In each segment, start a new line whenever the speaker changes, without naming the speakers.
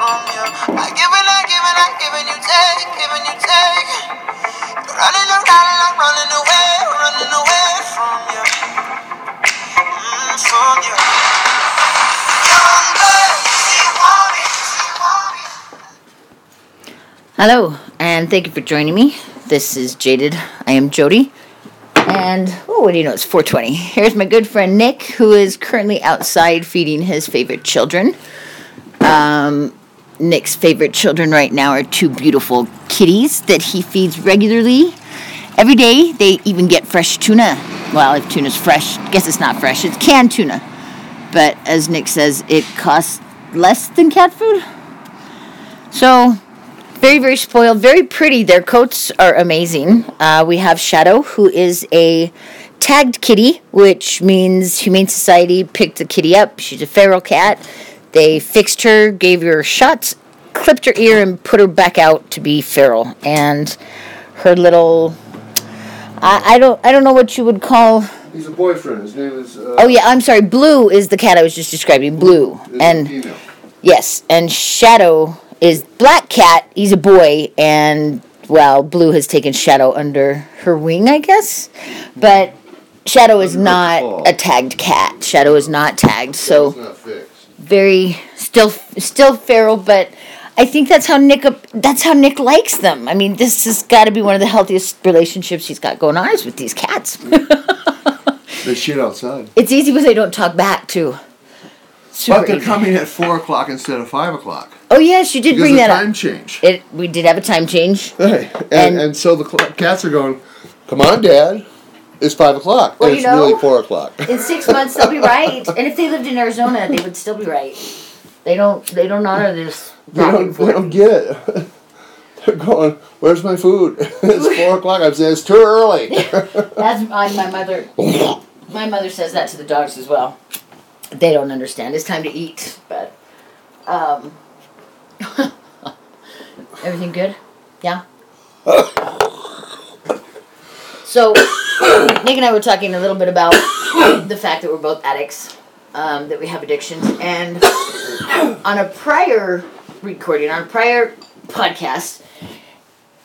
I give and I give and I give and you take, give and you take. Running around and I'm running away, running away from you, mm, from you. Young girl, she want it, she want it. Hello, and thank you for joining me. This is Jaded. I am Jody. And oh, what do you know? It's 420. Here's my good friend Nick, who is currently outside feeding his favorite children. Um, Nick's favorite children right now are two beautiful kitties that he feeds regularly. Every day, they even get fresh tuna. Well, if tuna's fresh, guess it's not fresh. It's canned tuna. But as Nick says, it costs less than cat food. So, very, very spoiled, very pretty. Their coats are amazing. Uh, we have Shadow, who is a tagged kitty, which means Humane Society picked the kitty up. She's a feral cat. They fixed her, gave her shots, clipped her ear, and put her back out to be feral. And her little. I, I don't I don't know what you would call
He's a boyfriend. His name is. Uh,
Oh yeah, I'm sorry. Blue is the cat I was just describing. Blue.
Is a
And
female.
Yes, and Shadow is Black Cat. He's a boy, and well, Blue has taken Shadow under her wing, I guess. But Shadow is
Under her
not
claw.
a tagged cat. Shadow is not tagged, so
Shadow's not fixed.
very still still feral. But I think that's how Nick that's how Nick likes them. I mean, this has got to be one of the healthiest relationships he's got going on is with these cats.
They shit outside.
it's easy because they don't talk back too. Super
But they're
easy.
coming at four o'clock instead of five o'clock
Oh yes, you did
because
bring
of
that
time
up.
change.
It we did have a time change.
Hey, and,
And-
and, so the cl- cats are going. Come on, Dad. It's five o'clock.
Well,
and
you
it's
know-
really four o'clock.
In six months, they'll be right. And if they lived in Arizona, they would still be right. They don't. They don't honor this
They
back
don't,
and
they
forth.
don't get it. They're going, where's my food? it's four o'clock. I'm saying it's too early.
That's my, my mother. My mother says that to the dogs as well. They don't understand. It's time to eat. But um, everything good? Yeah. So Nick and I were talking a little bit about the fact that we're both addicts, um, that we have addictions, and on a prior recording, on a prior podcast,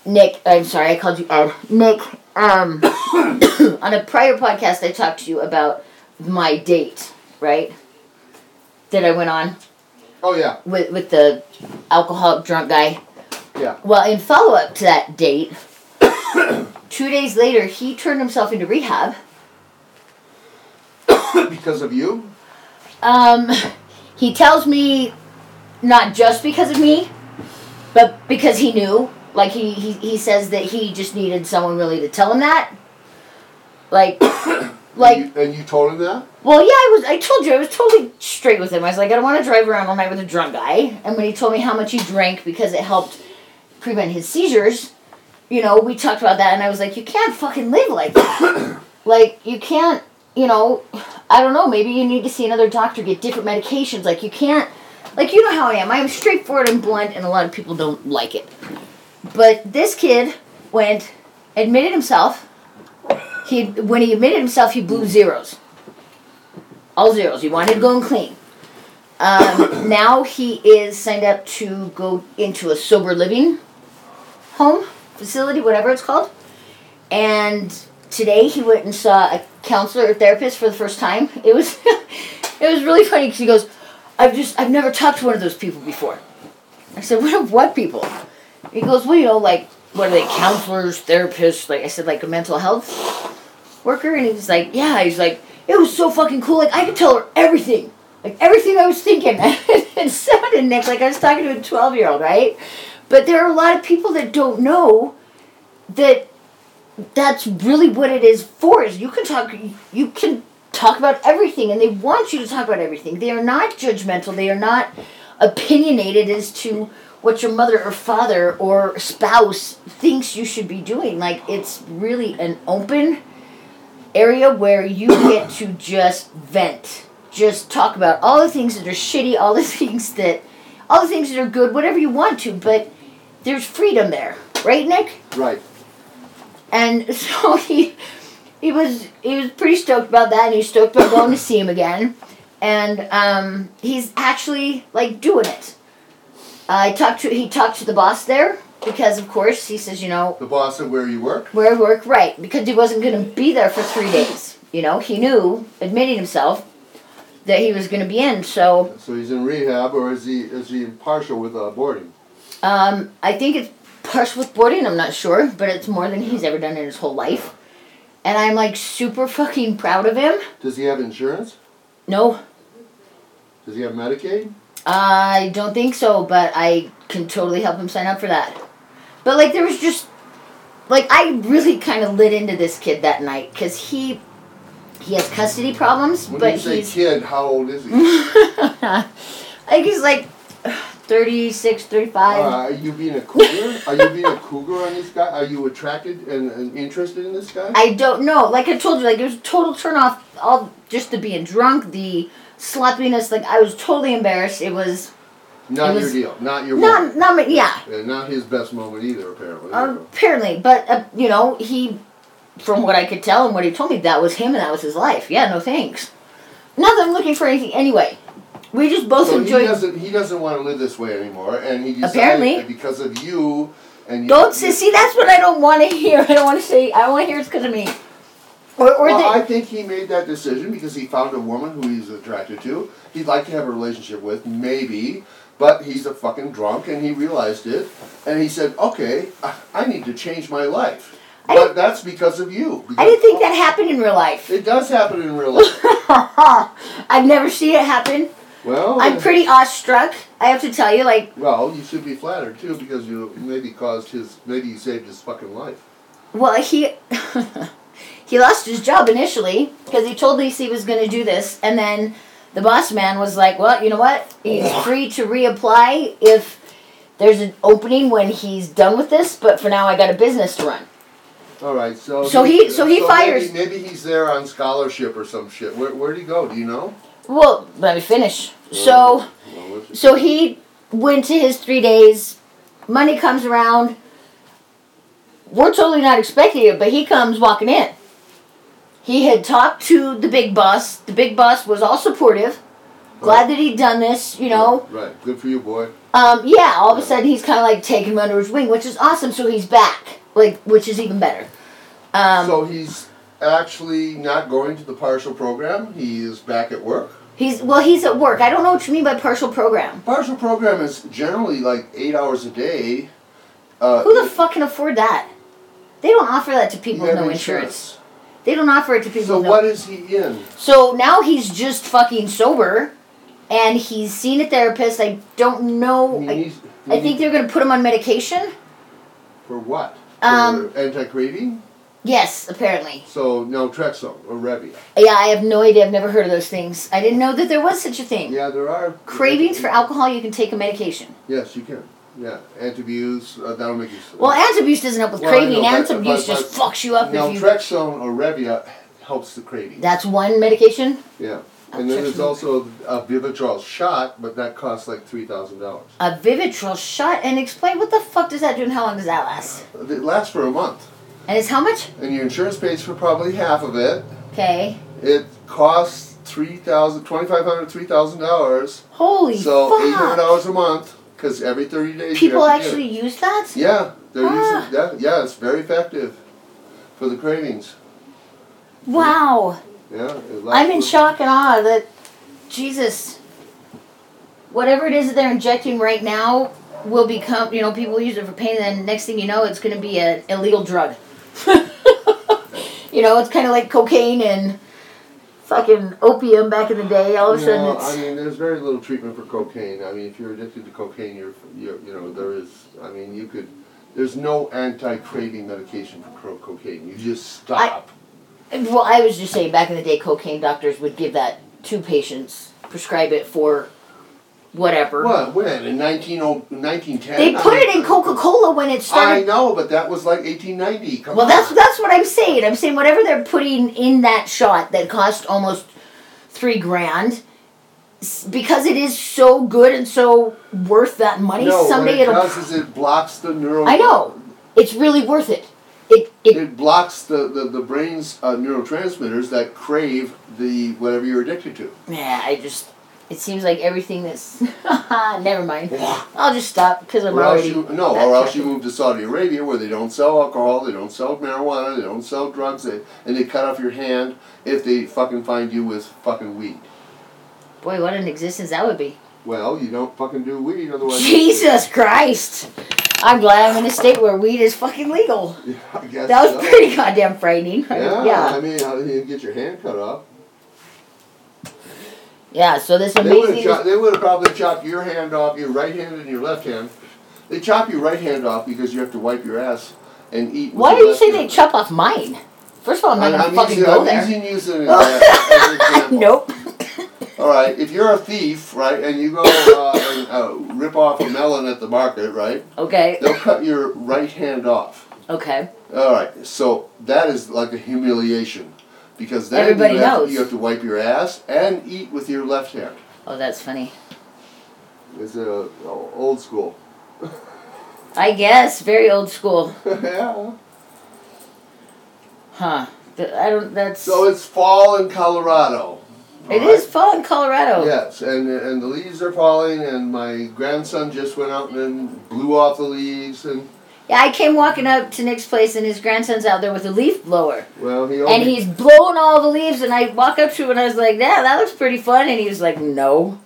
Nick, I'm sorry, I called you Ed. Nick, um, on a prior podcast, I talked to you about my date, right? That I went on
oh, yeah.
with with the alcoholic drunk guy.
Yeah.
Well, in follow up to that date, two days later, he turned himself into rehab.
Because of you?
Um, he tells me not just because of me, but because he knew. Like he, he he says that he just needed someone really to tell him that. Like like
and you, and you told him that?
Well, yeah, I was. I told you I was totally straight with him. I was like, I don't want to drive around all night with a drunk guy. And when he told me how much he drank because it helped prevent his seizures, you know, we talked about that, and I was like, you can't fucking live like that. like you can't, you know, I don't know. Maybe you need to see another doctor, get different medications. Like you can't, like you know how I am. I am straightforward and blunt, and a lot of people don't like it. But this kid went, admitted himself. He when he admitted himself, he blew zeros all zeros. He wanted to go and clean. Um, now he is signed up to go into a sober living home facility, whatever it's called. And today he went and saw a counselor or therapist for the first time. It was it was really funny because he goes, "I've just I've never talked to one of those people before." I said, "What of what people?" He goes, "Well, you know, like what are they? Counselors, therapists?" Like I said, like a mental health worker and he was like, Yeah, he's like, it was so fucking cool. Like I could tell her everything. Like everything I was thinking. it sounded Nick like I was talking to a twelve year old, right? But there are a lot of people that don't know that that's really what it is for is you can talk you can talk about everything and they want you to talk about everything they are not judgmental they are not opinionated as to what your mother or father or spouse thinks you should be doing like it's really an open area where you get to just vent. Just talk about all the things that are shitty, all the things that all the things that are good, whatever you want to, but there's freedom there. Right, Nick?
Right.
And so he he was he was pretty stoked about that and he's stoked about going to see him again. And um, he's actually like doing it. I talked to he talked to the boss there because of course he says you know
The boss at where you work?
where I work right because he wasn't going to be there for three days. You know he knew admitting himself that he was going to be in. So
So he's in rehab, or is he is he partial with uh, boarding?
Um, I think it's partial with boarding, I'm not sure, but it's more than he's ever done in his whole life. And I'm like super fucking proud of him.
Does he have insurance?
No,
Does he have Medicaid?
I don't think so, but I can totally help him sign up for that. But like, there was just like I really kind of lit into this kid that night because he he has custody problems,
When
but
you say
he's
kid, how old is he?
I think he's like 36, 35.
Uh, are you being a cougar? are you being a cougar on this guy? Are you attracted and, and interested in this guy?
I don't know. Like I told you, like it was a total turn off. All just the being drunk, the sloppiness. Like I was totally embarrassed. It was
not
it
your
was-
deal. Not your moment.
not Um, not my- yeah.
And not his best moment either, apparently.
Apparently, but uh, you know he, from what I could tell and what he told me, that was him and that was his life. Yeah, no thanks. Not that I'm looking for anything anyway. We just both
so he
enjoyed.
doesn't. He doesn't want to live this way anymore, and he decided
Apparently.
that because of you. And
Don't
you,
say. See, that's what I don't want to hear. I don't want to say. I want to hear it's because of me. Or or
well, I
that.
think he made that decision because he found a woman who he's attracted to. He'd like to have a relationship with, maybe, but he's a fucking drunk, and he realized it, and he said, "Okay, I, I need to change my life."
I
but
didn't-
that's because of you.
I didn't think that happened in real life.
It does happen in real life.
I've never seen it happen.
well,
I'm pretty awestruck. I have to tell you, like,
Well, you should be flattered too because you maybe caused his, maybe you saved his fucking life.
well, he he lost his job initially because he told us he was going to do this, and then the boss man was like, "Well, you know what? He's free to reapply if there's an opening when he's done with this, but for now, I got a business to run."
All right, so
So he- so he fires-
Maybe, maybe he's there on scholarship or some shit. Where where'd he go? Do you know?
Well, let me finish. So.
Well, what's-
So he went to his three days. Money comes around. We're totally not expecting it, but he comes walking in. He had talked to the big boss. The big boss was all supportive. Glad that he'd done this, you know.
Right. Good for you, boy.
Um, yeah, all of a sudden he's kind of like taking him under his wing, which is awesome. So he's back, like, which is even better. Um,
so he's actually not going to the partial program. He is back at work.
he's well, he's at work. I don't know what you mean by partial program.
Partial program is generally like eight hours a day. Uh,
Who the
if
fuck can afford that? They don't offer that to
you
people
have
with no insurance. They don't offer it to people.
So
with no
what is he in?
So now he's just fucking sober, and he's seen a therapist. I don't know.
He
I,
needs- he
I think
needs-
they're gonna put him on medication.
for what?
Um,
for anti-craving.
Yes, apparently.
So naltrexone or Revia.
Yeah, I have no idea. I've never heard of those things. I didn't know that there was such a thing.
Yeah, there are
Cravings for alcohol, you can take a medication.
Yes, you can. Yeah, antabuse. Uh, that'll make you.
Well, antabuse doesn't help with
Well, I
craving.
know, but-
antabuse
but-
just fucks you up if you.
naltrexone or Revia helps the craving.
That's one medication.
yeah, and then there's
Naltrexone.
also a Vivitrol shot, but that costs like three thousand dollars.
A Vivitrol shot and explain what the fuck does that do and how long does that last?
It lasts for a month,
And it's how much?
and your insurance pays for probably half of it.
Okay.
It costs three thousand, twenty-five hundred, three thousand dollars.
Holy
So eight hundred
fuck!
dollars a month, because every thirty days you
People
have to get it.
actually use that?
Yeah, they're
Ah.
using that. Yeah, it's very effective for the cravings.
Wow.
Yeah, it lasts
I'm in
for-
shock and awe that Jesus, whatever it is that they're injecting right now will become, you know, people use it for pain, and then next thing you know, it's going to be an illegal drug. you know, it's kind of like cocaine and fucking opium back in the day. All of a sudden,
No,
it's.
I mean, there's very little treatment for cocaine. I mean, if you're addicted to cocaine, you're, you're you know, there is. I mean, you could. There's no anti-craving medication for cro- cocaine. You just stop.
Well, I was just saying, back in the day, cocaine doctors would give that to patients, prescribe it for whatever.
what? When in 19, 1910?
They put
I
it
mean,
in Coca Cola when it started
I know, but that was like 1890. Come
Well,
on.
that's that's what I'm saying. I'm saying whatever they're putting in that shot that cost almost three grand, s- because it is so good and so worth that money.
no, what
someday
it
it'll.
does is it blocks the neural.
I know, it's really worth it. It it
It blocks the, the, the brain's uh, neurotransmitters that crave the whatever you're addicted to.
yeah. I just It seems like everything that's. Never mind. I'll just stop because I'm
Or else
already.
you, no, or else you move to Saudi Arabia where they don't sell alcohol, they don't sell marijuana, they don't sell drugs, they, and they cut off your hand if they fucking find you with fucking weed.
Boy, what an existence that would be.
Well, you don't fucking do weed otherwise.
Jesus Christ! I'm glad I'm in a state where weed is fucking legal.
Yeah, I guess
That was
so.
pretty goddamn frightening.
Yeah, I
yeah.
mean, how did you get your hand cut off?
Yeah, so this
They would have
amazing.
cho- they would have probably chopped your hand off, your right hand and your left hand. They chop your right hand off because you have to wipe your ass and eat. with
Why
your
do you
left
say they
hand.
chop off mine? First of all, I'm not
I'm,
gonna
I'm
fucking
using,
go
I'm
there.
using you as an exa- as an example.
Nope.
All right, if you're a thief, right, and you go uh, and uh, rip off a melon at the market, right,
Okay.
they'll cut your right hand off.
Okay.
All right, so that is like a humiliation because then
Everybody
you, have
knows.
To, you have to wipe your ass and eat with your left hand.
Oh, that's funny.
It's uh, old school.
I guess very old school,
yeah.
huh? Th- I don't. That's.
So it's fall in Colorado.
it
all right?
is fall in Colorado.
Yes, and and the leaves are falling, and my grandson just went out and blew off the leaves, and
Yeah, I came walking up to Nick's place, and his grandson's out there with a leaf blower,
well, he
and
only
he's blowing all the leaves. And I walk up to him, and I was like, "Yeah, that looks pretty fun." And he was like, "No."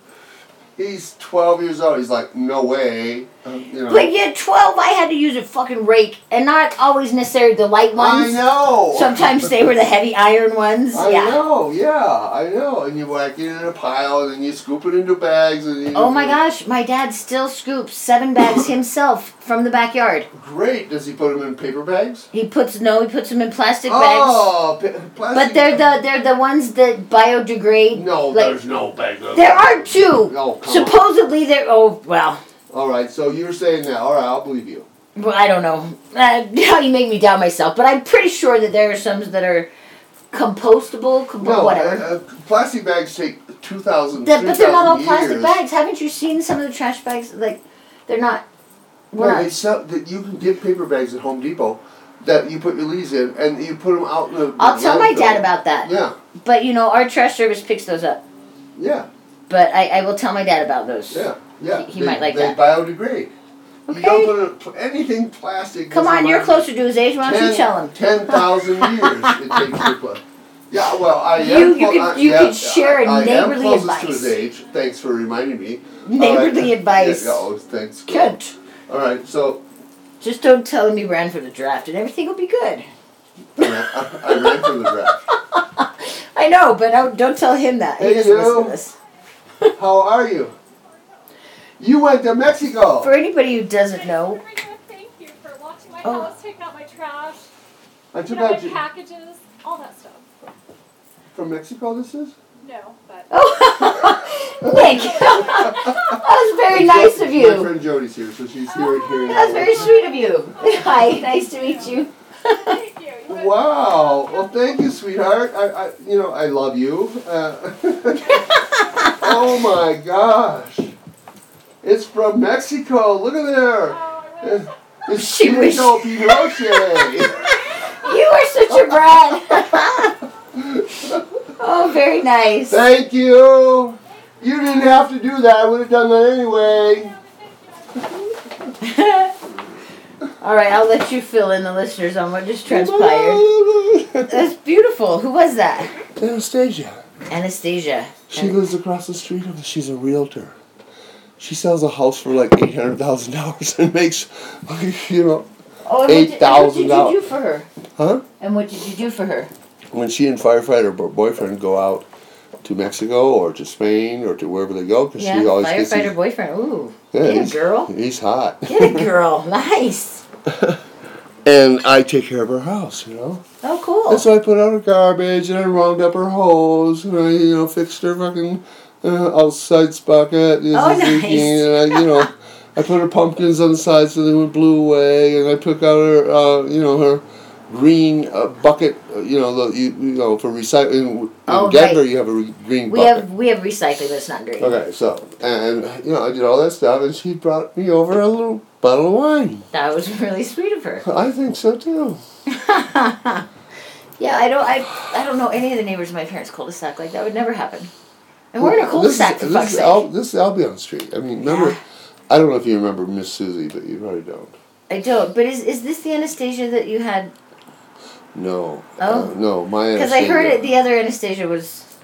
he's twelve years old. He's like, no way, um, you know.
But yeah, twelve, I had to use a fucking rake, and not always necessarily the light ones.
I know.
Sometimes they were the heavy iron ones.
I
yeah.
know, yeah, I know. And you whack it in a pile, and then you scoop it into bags, and you,
Oh my gosh, my dad still scoops seven bags himself from the backyard.
Great. Does he put them in paper bags?
He puts no, he puts them in plastic bags.
Oh, pa- plastic.
But they're the they're the ones that biodegrade.
No,
like-
there's no bag. of-
There are two.
No, come on.
Supposedly there. Oh well,
All right, so you're saying that. All right, I'll believe you.
well I don't know. Uh, now you make me doubt myself, but I'm pretty sure that there are some that are compostable, compo-
No,
whatever.
Uh, uh, plastic bags take 2,000
That- but they're not all
3,000
plastic
years.
bags. Haven't you seen some of the trash bags? Like they're not.
No,
We're not
they sell, that you can get paper bags at Home Depot that you put your leaves in and you put them out in the.
I'll tell my
landfill.
dad about that.
Yeah,
But you know, our trash service picks those up.
yeah,
But I, I will tell my dad about those.
yeah, yeah.
He- he
they,
might like
they
that.
biodegrade. You
Okay.
don't put a, pl- anything plastic.
Come
doesn't
on, you're
last
closer to his age. Why don't
10
you tell him?
10,000 years it takes to put. Yeah, well, I am.
You- you
clo-
could-
I-
you
yeah,
could share
I,
a
I
neighborly
am closest to
advice.
his age. Thanks for reminding me.
Neighborly
All right.
advice.
Yeah, oh, thanks. girl.
Good.
All right, so
Just don't tell him you ran for the draft, and everything will be good.
I ran, I ran for the draft.
I know, but don't, don't tell him that.
Hey,
he doesn't listen
you.
to this.
How are you? You went to Mexico.
For anybody who doesn't know,
Oh my God, thank you for watching my
Oh.
house, taking out my trash,
I
you
took
know, my
out you.
packages, all that stuff.
From Mexico, this is?
No, but
oh, Nick, that was very nice of
My
you.
friend Jody's here, so she's here hearing
That was
all
very
this.
sweet of you. Hi, nice to meet you.
thank you. you guys-
Wow. Well, thank you, sweetheart. I, I you know, I love you. Uh, oh my gosh. It's from Mexico. Look at there.
Oh, I really-
It's
She wished-
Pinto Pinoche.
You are such a brat. oh, very nice.
thank you. You didn't have to do that. I would have done that anyway.
All right, I'll let you fill in the listeners on what just transpired. That's beautiful. Who was that?
Anastasia.
Anastasia.
She lives across the street from us. She's a realtor. She sells a house for like eight hundred thousand dollars and makes, you know,
Oh, and what did- and What did you
$8,000.
do for her?
huh?
And what did you do for her?
when she and firefighter bo- boyfriend go out to Mexico or to Spain or to wherever they go, because
Yeah,
she always gets
firefighter
these-
boyfriend. Ooh,
Yeah,
get
he's-
a girl.
He's hot,
Get a girl. nice.
and I take care of her house, you know.
Oh, cool.
And so I put out her garbage and I round up her hose and I, you know, fixed her fucking uh, outside bucket. This
Oh,
is leaking,
nice.
And I, you know, I put her pumpkins on the side so they went blue away, and I took out her, uh, you know, her green uh, bucket. uh, You know, the, you, you know, for recycling. In
Oh, right.
Denver, you have a re- green
we
bucket.
have we have recycling that's not green.
Okay, so and you know I did all that stuff, and she brought me over a little bottle of wine.
That was really sweet of her.
I think so too.
Yeah, I don't I I don't know any of the neighbors in my parents' cul-de-sac like that would never happen. And we're in a
Well, this is-
cul-de-sac for
this
fuck's
is
sake.
Al- This is Albion Street. I mean, remember,
Yeah.
I don't know if you remember Miss Susie, but you probably don't.
I don't. But is is this the Anastasia that you had?
No.
Oh.
Uh, no, my
Because I heard it.
understanding-
The other Anastasia was.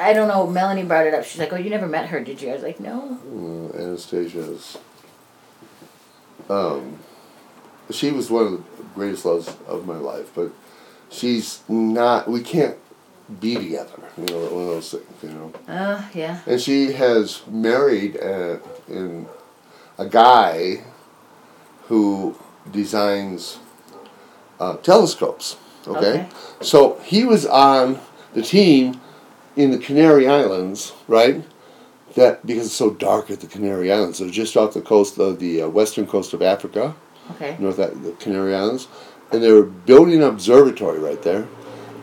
I don't know. Melanie brought it up. She's like, "Oh, you never met her, did you?" I was like, "No."
Uh, Anastasia's. Um, she was one of the greatest loves of my life, but she's not. We can't be together. You know, one of those things. You know,
Oh yeah.
and she has married a, in a guy who designs uh, telescopes.
Okay.
okay, so he was on the team in the Canary Islands, right? That because it's so dark at the Canary Islands, so just off the coast of the uh, western coast of Africa,
Okay.
north of the Canary Islands, and they were building an observatory right there.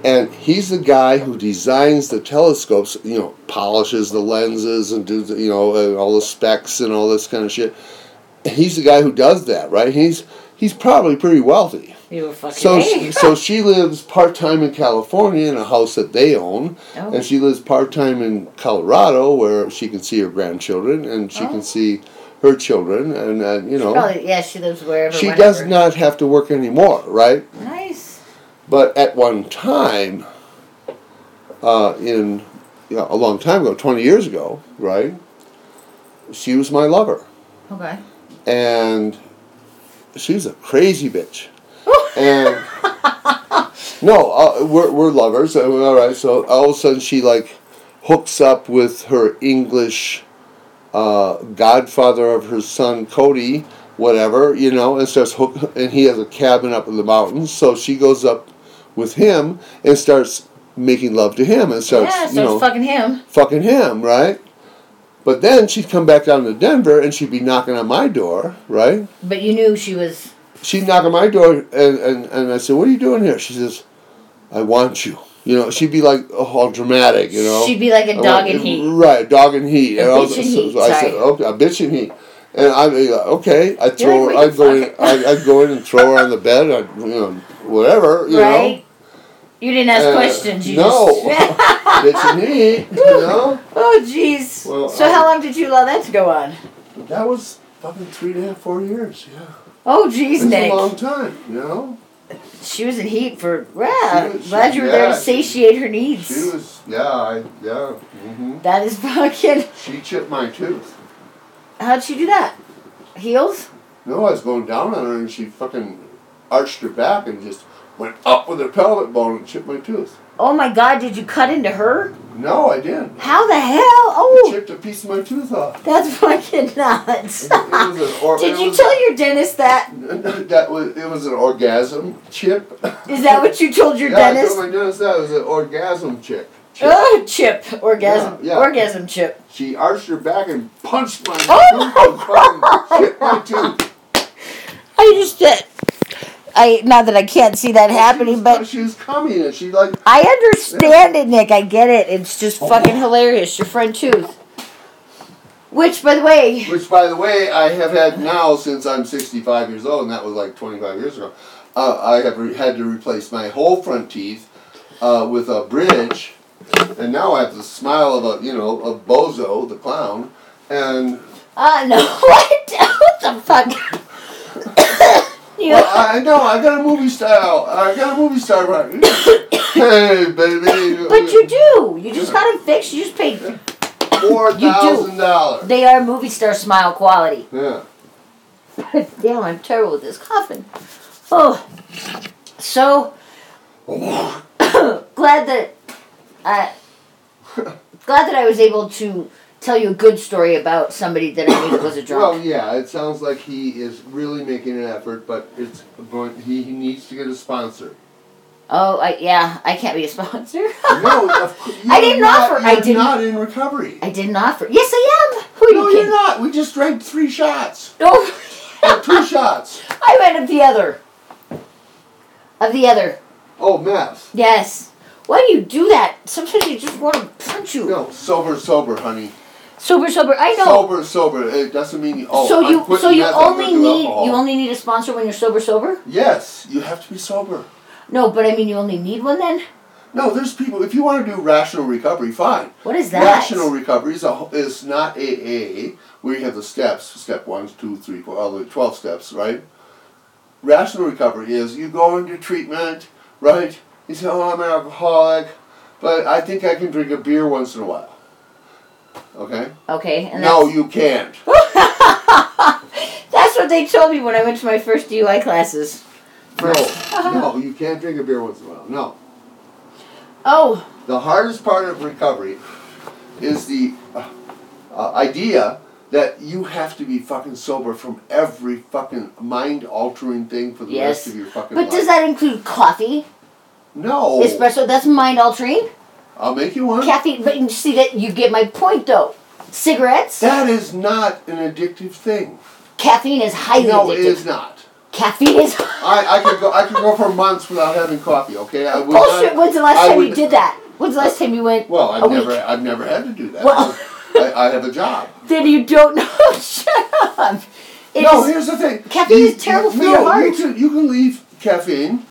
And he's the guy who designs the telescopes, you know, polishes the lenses and do the, you know and all the specs and all this kind of shit. And he's the guy who does that, right? He's he's probably pretty wealthy.
You were fucking.
So,
hey.
she, so she lives part time in California in a house that they own,
Oh.
and she lives part time in Colorado where she can see her grandchildren and she
Oh.
can see her children, and, and you know
Probably, yeah, she lives wherever.
she
whenever.
does not have to work anymore, right?
Nice.
But at one time, uh, in you know, a long time ago, twenty years ago, right? She was my lover,
Okay.
and she was a crazy bitch. and no, uh, we're we're lovers. uh, All right, so all of a sudden she like hooks up with her English uh, godfather of her son Cody, whatever you know, and starts hook. And he has a cabin up in the mountains, so she goes up with him and starts making love to him and starts
yeah, so
you know
it's fucking him.
fucking him, right? But then she'd come back down to Denver and she'd be knocking on my door, right?
But you knew she was.
she'd knock on my door and, and, and I said, What are you doing here? She says, I want you. You know, she'd be like oh, all dramatic, you know.
She'd be like a
I
dog
want-
in heat.
Right, dog and heat.
A
and all
bitch
that-
in
so,
heat,
so I said,
sorry.
Okay, a bitch in heat. And I'd be like, okay. I'd throw
like,
her,
"What
I'd go
the
in I'd, I'd go in and throw her on the bed, I'd, you know, whatever, you
right?
know.
You didn't ask
Uh,
questions. You
no.
Just,
bitch in heat, you know?
oh, jeez.
Well,
so
I-
how long did you allow that to go on?
That was fucking three and a half, four years, yeah.
Oh,
It's
jeez,
a
Nick.
long time, you know?
She was in heat for. Wow.
She was-
glad you were there to
yeah, she-
satiate her
She
needs.
was, yeah, I, yeah. hmm
That is fucking.
She chipped my tooth.
How'd she do that? Heels?
No, I was going down on her and she fucking arched her back and just went up with her pelvic bone and chipped my tooth.
Oh my god, did you cut into her?
No, I didn't.
How the hell?
I
Oh,
chipped a piece of my tooth off.
that's fucking nuts.
It was an or-
Did
it
you
was-
tell your dentist that?
that was it was an orgasm chip?
Is that what you told your
yeah, I
dentist?
told my dentist that it was an orgasm chick. chip.
Oh, chip. Orgasm.
Yeah, yeah.
Orgasm chip.
She arched her back and punched my
Oh
tooth and fucking chipped my tooth.
I just uh, I not that I can't see that happening, but
she was coming and she like
I understand it, Nick. I get it. It's
Oh.
just fucking hilarious. Your friend tooth. Which, by the way,
Which, by the way, I have had now since I'm 65 years old, and that was like 25 years ago. Uh, I have re- had to replace my whole front teeth uh, with a bridge, and now I have the smile of a you know a bozo, the clown, and
uh, no, what? what the fuck? you
well, I know I got a movie style. I got a movie star right. hey, baby.
but you do. You just got them fixed. You just paid.
four thousand dollars.
They are movie star smile quality.
Yeah.
Damn, I'm terrible with this coughing. Oh, so glad that I glad that I was able to tell you a good story about somebody that I knew was a drunk.
Well, yeah, it sounds like he is really making an effort, but it's going. He, he needs to get a sponsor.
oh, I, yeah, I can't be a sponsor.
No, of course.
I didn't
not,
offer-
You're
I didn't-
not in recovery.
I did not. For, yes, I am. Who are you
no,
kidding?
you're not. We just drank three shots.
No,
Or two shots.
I went of the other. Of the other,
Oh, meth.
yes. Why do you do that? Sometimes you just want to punch you.
No, sober, sober, honey.
Sober, sober. I know.
Sober, sober. It doesn't mean you. Oh,
so
I'm
you
quitting
so you
meth, I'm
only
gonna do
need
alcohol.
you only need a sponsor when you're sober sober?
Yes, you have to be sober.
No, but I mean you only need one then?
No, there's people. If you want to do rational recovery, fine.
What is that?
Rational recovery is, a, is not AA, where you have the steps step one, two, three, four, all the way 12 steps, right? Rational recovery is you go into treatment, right? You say, oh, I'm an alcoholic, but I think I can drink a beer once in a while. Okay?
Okay, and that's,
No, you can't.
that's what they told me when I went to my first DUI classes.
No, no, you can't drink a beer once in a while. No.
Oh,
The hardest part of recovery is the uh, uh, idea that you have to be fucking sober from every fucking mind altering thing for the
Yes.
rest of your fucking
but
life.
does that include coffee,
No.
espresso? That's mind altering.
I'll make you one.
Caffeine, but you see that you get my point though. Cigarettes,
that is not an addictive thing.
caffeine is highly
No, it
addictive.
is not.
Caffeine is
I, I could go I could go for months without having coffee, okay? I would
bullshit.
not-
When's the last
I
time you
would-
did that? When's the last time you went?
Well, I've
a
never
Week?
I've never had to do that.
Well-
I, I have a job.
Then you don't know. Shut up. It
no,
is-
here's the thing.
Caffeine
You-
is terrible for
no,
your heart.
You can, you can leave caffeine